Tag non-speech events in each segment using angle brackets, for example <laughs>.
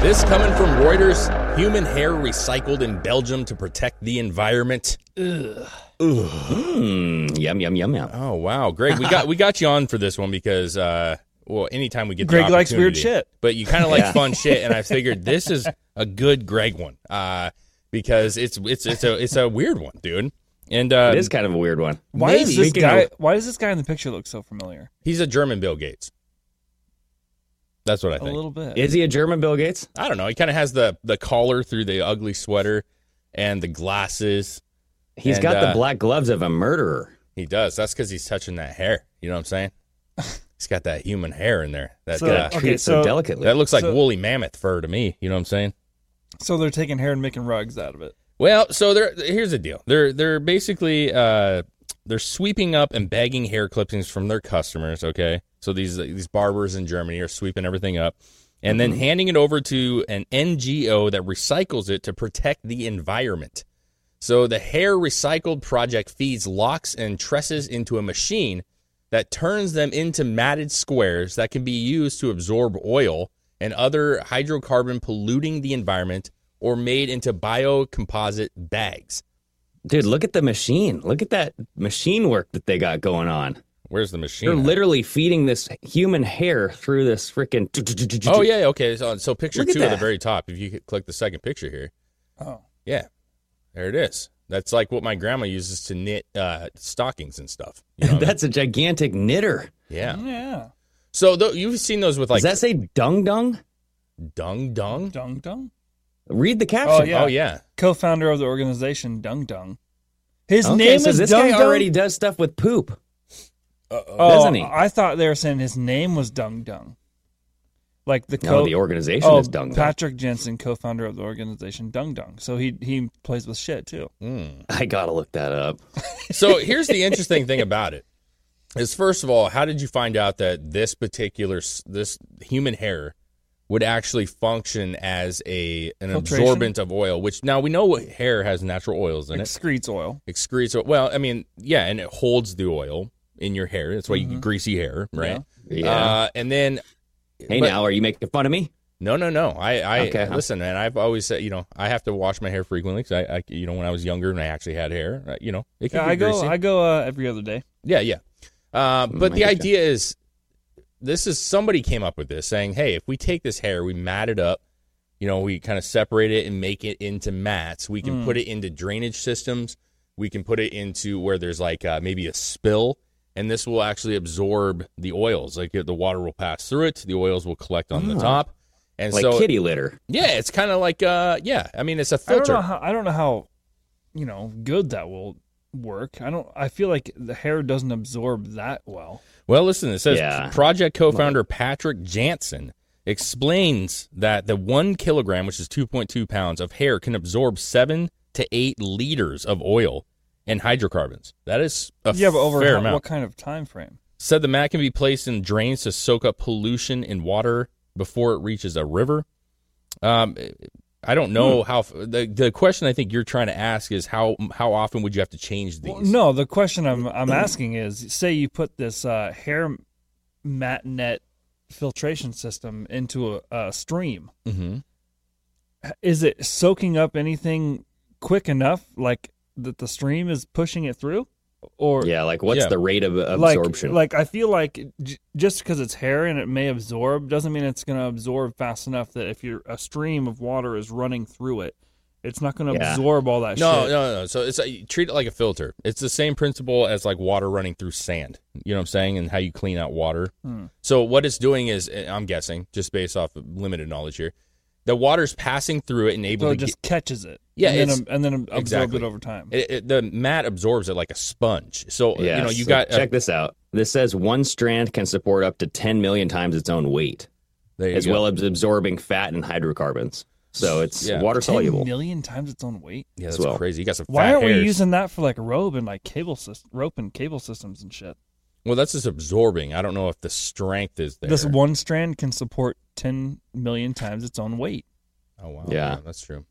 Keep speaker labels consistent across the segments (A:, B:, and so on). A: This coming from Reuters human hair recycled in Belgium to protect the environment.
B: Mm, yum yum yum
C: Uh,
B: yum.
A: Oh wow, Greg, we got we got you on for this one because uh, well, anytime we get the
C: Greg likes weird
A: opportunity.
C: shit.
A: but you kind of like
B: Yeah.
A: fun shit, and I figured this is a good Greg one uh, because it's it's it's a it's a weird one, dude. And uh,
B: It is kind of a weird one.
C: Why
B: Maybe.
C: is this
B: Speaking
C: guy?
B: of-
C: Why does this guy in the picture look so familiar?
A: he's a German Bill Gates. That's what I
C: A
A: think.
C: little bit.
B: is he a German Bill Gates?
A: I don't know. He kind of has the the collar through the ugly sweater and the glasses.
B: He's
A: And,
B: got
A: uh,
B: the black gloves of a murderer.
A: He does. That's because he's touching that hair. You know what I'm
C: <laughs>
A: saying? he's got that human hair in there. That
C: So-
A: uh,
C: Okay,
B: Treats so,
C: so-
B: delicately.
A: that looks like
C: so-
A: woolly mammoth fur to me. You know what I'm saying?
C: so they're taking hair and making rugs out of it.
A: Well, so they're here's the deal. They're they're basically uh, they're sweeping up and bagging hair clippings from their customers. Okay, so these these barbers in Germany are sweeping everything up, and then
C: Mm-hmm.
A: handing it over to an NGO that recycles it to protect the environment. So the hair recycled project feeds locks and tresses into a machine that turns them into matted squares that can be used to absorb oil and other hydrocarbon polluting the environment or made into biocomposite bags.
B: Dude, look at the machine. Look at that machine work that they got going on.
A: Where's the
B: They're
A: machine?
B: literally feeding this human hair through this freaking.
A: oh yeah, okay. So, so picture
B: Look at
A: two at the
B: that.
A: very top. If you could click the second picture here,
C: Oh,
A: yeah, there it is. That's like what my grandma uses to knit uh, stockings and stuff. You
B: <laughs>
A: know what I mean?
B: <laughs> That's a gigantic knitter.
A: yeah.
C: yeah.
A: So th- you've seen those with like
B: Does that say dung dung?
A: dung dung.
C: Dung Dung,
B: Read the caption.
C: Oh, yeah.
A: Oh yeah.
C: co-founder of the organization Dung Dung. His
B: Okay,
C: name
B: so
C: is
B: this
C: Dung
B: guy
C: Dung.
B: already does stuff with poop.
C: oh,
B: doesn't he?
C: I thought they were saying his name was Dung Dung. Like the co.
B: No, the organization
C: oh,
B: is dung dung.
C: Patrick Jensen, co-founder of the organization Dung Dung. So he he plays with shit too.
A: Mm.
B: <laughs> I gotta look that up.
C: Uh,
A: So here's the interesting thing about it is first of all, how did you find out that this particular s- this human hair would actually function as a an
C: Filtration?
A: absorbent of oil? Which now we know what hair has natural oils in it.
C: Excretes oil.
A: excretes oil. Well, I mean, yeah, and it holds the oil in your hair. That's why you
C: Mm-hmm.
A: get greasy hair, right?
B: Yeah.
A: Uh, and then
B: hey,
A: but-
B: now are you making fun of me?
A: no, no, no. I, I
B: Okay.
A: listen, man. I've always said, you know, I have to wash my hair frequently because I, I, you know, when I was younger and I actually had hair, uh, you know, it can
C: Yeah,
A: be
C: I go
A: greasy.
C: I go uh, every other day.
A: Yeah, yeah. Uh, but
B: I
A: the
B: getcha.
A: idea is this is somebody came up with this saying, hey, if we take this hair, we mat it up, you know, we kind of separate it and make it into mats. We can put it into drainage systems. We can put it into where there's like uh, maybe a spill, and this will actually absorb the oils. Like the water will pass through it, the oils will collect on the top. And
B: Like
A: so,
B: kitty litter.
A: yeah, it's kind of like, uh, yeah, I mean, it's a
C: I don't know
A: filter.
C: how I don't know how you know good that will work. I don't. I feel like the hair doesn't absorb that well.
A: Well, listen, it says
B: Yeah.
A: project co founder Patrick Jansen explains that the one kilogram, which is 2.2 pounds, of hair can absorb seven to eight liters of oil and hydrocarbons. That is a
C: yeah, but over
A: fair
C: how-
A: amount.
C: what kind of time frame?
A: Said the mat can be placed in drains to soak up pollution in water before it reaches a river. Um, I don't
C: Hmm.
A: know how. The, the question I think you're trying to ask is how how often would you have to change these?
C: Well, no, the question I'm
A: <clears throat>
C: I'm asking is: say you put this uh, hair mat net filtration system into a, a stream,
A: hmm
C: is it soaking up anything quick enough, like that the stream is pushing it through, or
B: Yeah, like what's
A: Yeah.
B: the rate of uh,
C: like,
B: absorption?
C: Like I feel like j- just because it's hair and it may absorb doesn't mean it's going to absorb fast enough that if you're a stream of water is running through it, it's not going to
B: Yeah.
C: absorb all that
A: No,
C: shit.
A: no, no. So it's uh, you treat it like a filter. It's the same principle as like water running through sand. You know what I'm saying? And how you clean out water. So what it's doing is, uh, I'm guessing, just based off of limited knowledge here, the water's passing through it and able
C: So
A: to
C: it just catches it.
A: Yeah,
C: and then,
A: it's-
C: ab- and then absorbs
A: exactly.
C: it over time.
A: get it, it- the mat absorbs it like a sponge. So uh,
B: yeah,
A: you know you
B: so
A: got a-
B: check this out. This says one strand can support up to 10 million times its own weight.
A: There you
B: as
A: go.
B: well as absorbing fat and hydrocarbons. So it's
A: Yeah.
B: water
C: 10
B: soluble.
C: million times its own weight.
A: Yeah,
B: as
A: that's
B: well.
A: crazy. You got some.
C: Why
A: fat
C: aren't we
A: hairs.
C: using that for like rope and like cable sys- rope and cable systems and shit?
A: Well, that's just absorbing. I don't know if the strength is there.
C: This one strand can support ten million times its own weight.
A: Oh wow.
B: Yeah.
A: that's true.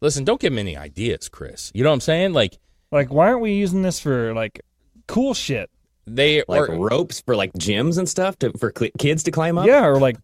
A: Listen, don't give me any ideas, Chris. You know what I'm saying? Like
C: Like, why aren't we using this for like cool shit?
A: they
B: Like
A: are
B: ropes for like gyms and stuff to, for cl- kids to climb up.
C: Yeah, or like,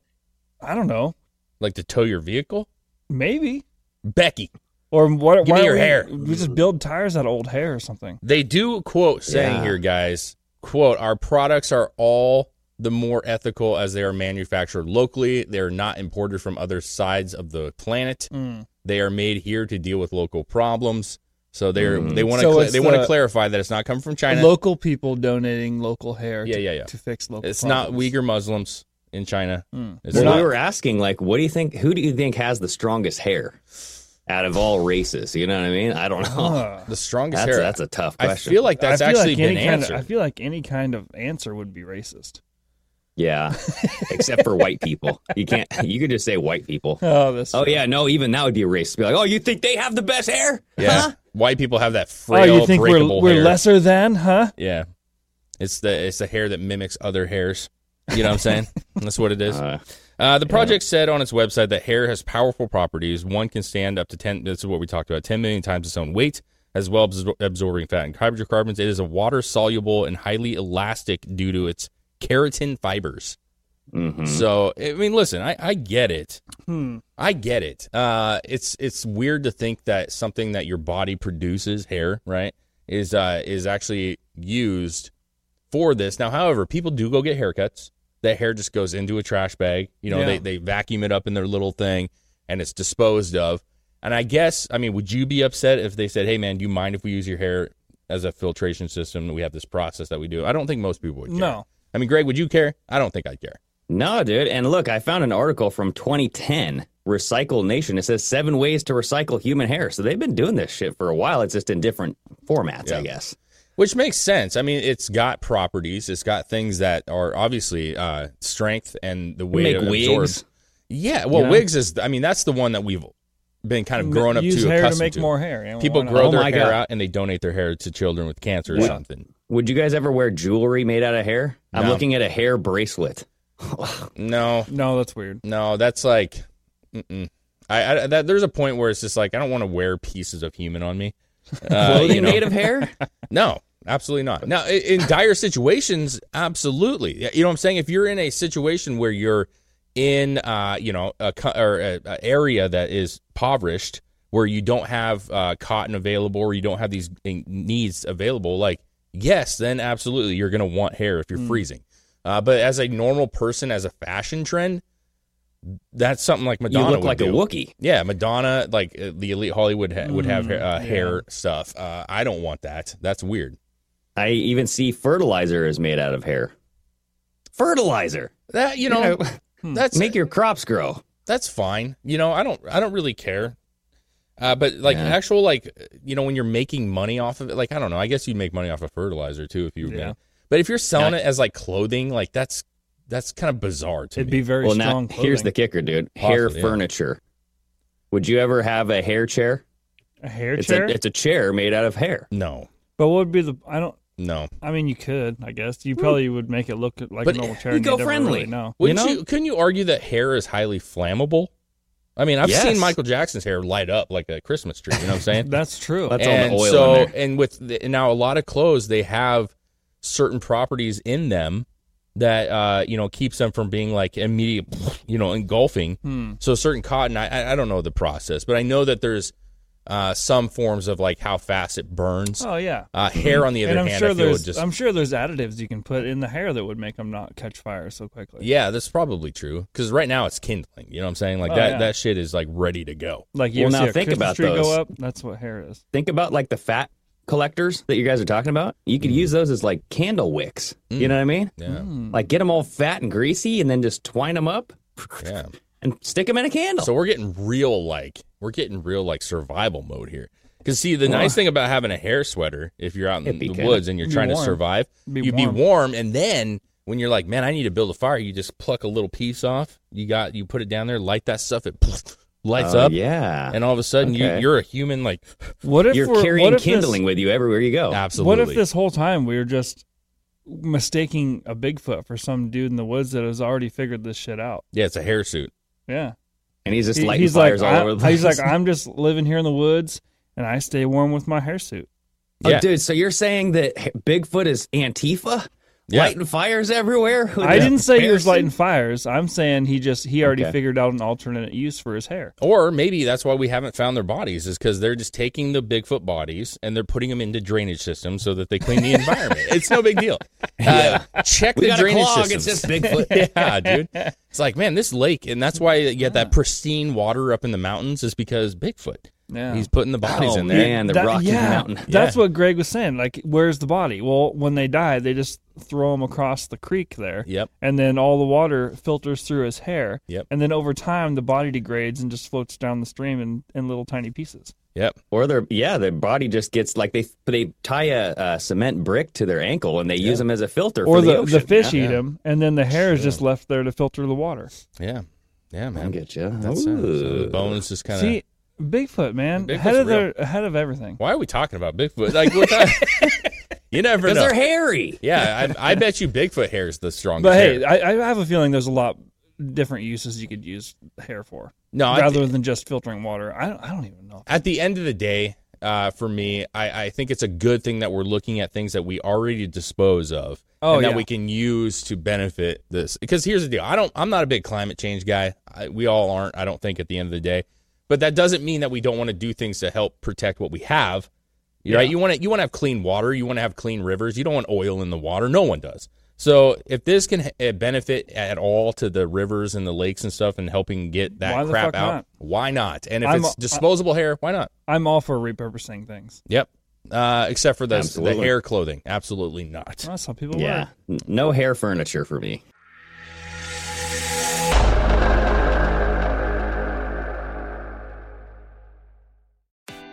C: I don't know,
A: like to tow your vehicle.
C: maybe.
A: Becky,
C: Or what?
A: Give me
C: why don't
A: your
C: we,
A: hair.
C: We just build tires out of old hair or something.
A: they do quote saying
B: Yeah.
A: here, guys, quote, our products are all the more ethical as they are manufactured locally. They're not imported from other sides of the planet.
C: Mm.
A: They are made here to deal with local problems. So they're they want to
C: Mm-hmm. So
A: cla
C: it's
A: they want to
C: the-
A: clarify that it's not coming from China.
C: Local people donating local hair.
A: Yeah,
C: to,
A: yeah, yeah.
C: To fix local.
A: it's not
C: problems.
A: Uyghur Muslims in China.
C: Mm.
A: It's
B: Well,
A: not
B: we were asking like, what do you think? Who do you think has the strongest hair out of all races? You know what I mean? I don't know.
C: Ugh.
A: the strongest
B: that's
A: hair.
B: that's a tough
A: I
B: question.
A: feel like that's
C: I feel
A: actually
C: like
A: been
C: any kind
A: answered.
C: Of, I feel like any kind of answer would be racist.
A: <laughs>
B: yeah, except for white people. You can't. You could just say white people.
C: Oh, this.
B: Oh yeah, no, even that would be racist. Be like, oh, you think they have the best hair?
A: yeah,
B: Huh?
A: white people have that
C: Oh,
A: frail,
C: you think we're
A: breakable
C: we're
A: hair.
C: lesser than, huh?
A: yeah, it's the it's the hair that mimics other hairs. You know what I'm saying? that's what it is.
B: Uh,
A: Uh, the project said on its website that hair has powerful properties. One can stand up to 10, this is what we talked about, 10 million times its own weight, as well as absor- absorbing fat and hydrocarbons. It is a water soluble and highly elastic due to its keratin fibers.
B: mhm.
A: So, I mean, listen, I, I get it.
C: Hmm.
A: I get it. Uh, it's it's weird to think that something that your body produces, hair, right, is uh, is actually used for this. Now, however, people do go get haircuts. That hair just goes into a trash bag. You know,
C: Yeah.
A: they they vacuum it up in their little thing, and it's disposed of. And I guess, I mean, would you be upset if they said, "Hey, man, do you mind if we use your hair as a filtration system? We have this process that we do." I don't think most people would. Care.
C: No.
A: I mean, Greg, would you care? I don't think I'd care.
B: No, dude. And look, I found an article from 2010, Recycle Nation. It says seven ways to recycle human hair. So they've been doing this shit for a while. It's just in different formats,
A: Yeah.
B: I guess.
A: Which makes sense. I mean, it's got properties. It's got things that are obviously uh, strength and the way
B: Make
A: it
B: wigs.
A: absorbs. Yeah, well,
B: You know?
A: wigs is. I mean, that's the one that we've been kind of grown up
C: Use
A: to.
C: hair to
A: accustomed
C: make more hair. you know,
A: People
C: why not?
A: grow
B: Oh
A: their
B: my
A: hair
B: God.
A: out and they donate their hair to children with cancer or
B: Yeah.
A: something.
B: Would you guys ever wear jewelry made out of hair? I'm
A: No.
B: looking at a hair bracelet.
A: No,
C: No, that's weird.
A: no, that's like, mm-mm. I, I that there's a point where it's just like I don't want to wear pieces of human on
B: <laughs>
A: me. <laughs> Uh,
B: Clothing
A: you know?
B: made
A: <laughs>
B: of hair?
A: No, absolutely not. Now, i- in dire situations, absolutely. You know what I'm saying? If you're in a situation where you're in, uh, you know, a co- or a, a area that is impoverished, where you don't have uh, cotton available, or you don't have these in- needs available, like yes, then absolutely you're gonna want hair if you're
B: Hmm.
A: freezing. Uh, but as a normal person, as a fashion trend, that's something like Madonna.
B: you look
A: would
B: like a
A: do.
B: Wookiee.
A: Yeah, Madonna, like uh, the elite Hollywood ha- would have
C: Mm,
A: ha- uh,
C: yeah.
A: hair stuff. Uh, I don't want that. That's weird.
B: I even see fertilizer is made out of hair. Fertilizer.
A: That you know, <laughs> that's
B: Make your crops grow.
A: that's fine. You know, I don't I don't really care. Uh, but like
B: Yeah.
A: actual like you know when you're making money off of it, like I don't know. I guess you'd make money off of fertilizer too if you were
C: Yeah.
A: gonna. But if you're selling it as like clothing, like that's that's kind of bizarre to
C: It'd
A: me.
C: be very
B: well, now
C: strong.
B: here's the
C: clothing.
B: kicker, dude. hair
A: Possibly, yeah.
B: furniture. Would you ever have a hair chair?
C: a hair
B: it's
C: chair.
B: A, it's a chair made out of hair.
A: no,
C: but what would be the? I don't.
A: no.
C: I mean, you could. I guess you probably would make it look like
A: Hmm. But
C: a normal chair.
B: eco-friendly.
C: No.
A: Wouldn't
B: know?
A: you, Couldn't you argue that hair is highly flammable? I mean, I've seen
B: Yes.
A: Michael Jackson's hair light up like a Christmas tree. You know what I'm saying?
C: That's true.
B: That's all
A: and
B: the oil
A: so
B: in there.
A: and with the, and now a lot of clothes they have certain properties in them that uh you know keeps them from being like immediate you know engulfing
C: Hmm.
A: so certain cotton i I- i don't know the process but i know that there's uh some forms of like how fast it burns
C: Oh yeah.
A: uh hair on the other
C: And I'm
A: hand
C: sure
A: i feel
C: there's
A: would just
C: I'm sure there's additives you can put in the hair that would make them not catch fire so quickly.
A: yeah that's probably true because right now it's kindling you know what i'm saying like
C: Oh,
A: that
C: yeah.
A: that shit is like ready to go
C: Like you
B: Well,
C: ever
B: now
C: see a
B: think
C: Christmas
B: about
C: tree
B: those.
C: go up. That's what hair is.
B: Think about like the fat collectors that you guys are talking about. You could
C: Mm-hmm.
B: use those as like candle wicks. You
C: Mm.
B: know what I mean?
A: yeah
C: Hmm.
B: Like get them all fat and greasy, and then just twine them up
A: yeah
B: and stick them in a candle.
A: So we're getting real like we're getting real like survival mode here. Cause see, the nice thing about having a hair sweater, if you're out in
B: It'd be
A: the
B: good.
A: woods and you're
C: Be
A: trying to
C: warm.
A: survive,
C: Be
A: you'd be
C: warm.
A: warm, and then when you're like, man, I need to build a fire, you just pluck a little piece off. You got you put it down there, light that stuff. It <laughs> lights
B: Oh,
A: up,
B: Yeah.
A: and all of a sudden you
B: Okay.
A: you're a human. Like
C: What if
B: You're
C: we're, what
B: carrying
C: if this-
B: kindling with you everywhere you go.
A: absolutely.
C: Oh. What if this whole time we were just mistaking a Bigfoot for some dude in the woods that has already figured this shit out?
A: Yeah, it's a hair suit.
C: Yeah,
B: And he's just
C: He-
B: lighting
C: he's like,
B: fires
C: I-
B: all over the place.
C: <laughs> he's like, I'm just living here in the woods and I stay warm with my hairsuit.
B: oh,
A: Yeah.
B: dude, so you're saying that Bigfoot is Antifa?
A: Yeah.
B: Lighting fires everywhere? with
C: I
B: his
C: didn't say he was
B: parachute?
C: lighting fires. I'm saying he just he already
B: Okay.
C: figured out an alternate use for his hair.
A: Or maybe that's why we haven't found their bodies, is because they're just taking the Bigfoot bodies and they're putting them into drainage systems so that they clean
B: <laughs>
A: the environment. It's no big deal. Uh, check
B: We
A: the
B: got a
A: drainage
B: clog.
A: systems.
B: It's just Bigfoot.
A: <laughs> yeah, dude. It's like, man, this lake, and that's why you get that pristine water up in the mountains is because Bigfoot.
C: Yeah.
A: He's putting the bodies
B: Oh,
A: in there.
B: man, the
C: That-
B: Rocky
C: yeah,
B: Mountain.
C: That's
A: Yeah.
C: what Greg was saying. Like, where's the body? Well, when they die, they just throw him across the creek there.
A: Yep.
C: And then all the water filters through his hair.
A: Yep.
C: And then over time, the body degrades and just floats down the stream in, in little tiny pieces.
A: Yep.
B: Or their yeah, their body just gets like they they tie a, uh cement brick to their ankle and they use them as a filter.
C: or
B: for the,
C: the,
B: ocean.
C: fish
B: yeah.
C: eat him, and then the hair is just left there to filter the water.
A: Yeah. Yeah,
B: I
A: man.
B: get you.
A: That's uh, so the bones just kind of.
C: See, Bigfoot, man,
A: Uh, Bigfoot's
C: ahead of
A: real.
C: their, ahead of everything.
A: Why are we talking about Bigfoot? Like, what the-
B: <laughs>
A: you never know.
B: because they're hairy.
A: yeah, I, I bet you Bigfoot hair is the strongest.
C: But hey,
A: hair.
C: I, I have a feeling there's a lot different uses you could use hair for,
A: no, I
C: rather than just filtering water. I don't, I don't even know.
A: at the end of the day, uh, for me, I, I think it's a good thing that we're looking at things that we already dispose of
C: Oh,
A: and that
C: yeah.
A: we can use to benefit this. Because here's the deal: I don't, I'm not a big climate change guy. I, we all aren't, I don't think, at the end of the day. But that doesn't mean that we don't want to do things to help protect what we have. Right? You want to, you want to have clean water. You want to have clean rivers. You don't want oil in the water. No one does. So if this can uh, benefit at all to the rivers and the lakes and stuff, and helping get that
C: Why the
A: crap
C: fuck
A: out,
C: not?
A: why not? And if
C: I'm-
A: it's disposable hair, why not?
C: I'm all for repurposing things.
A: Yep. Uh, except for those, the
B: Absolutely.
A: hair clothing. Absolutely not.
C: Well, some people
B: Yeah,
C: yeah.
B: N- no hair furniture for me.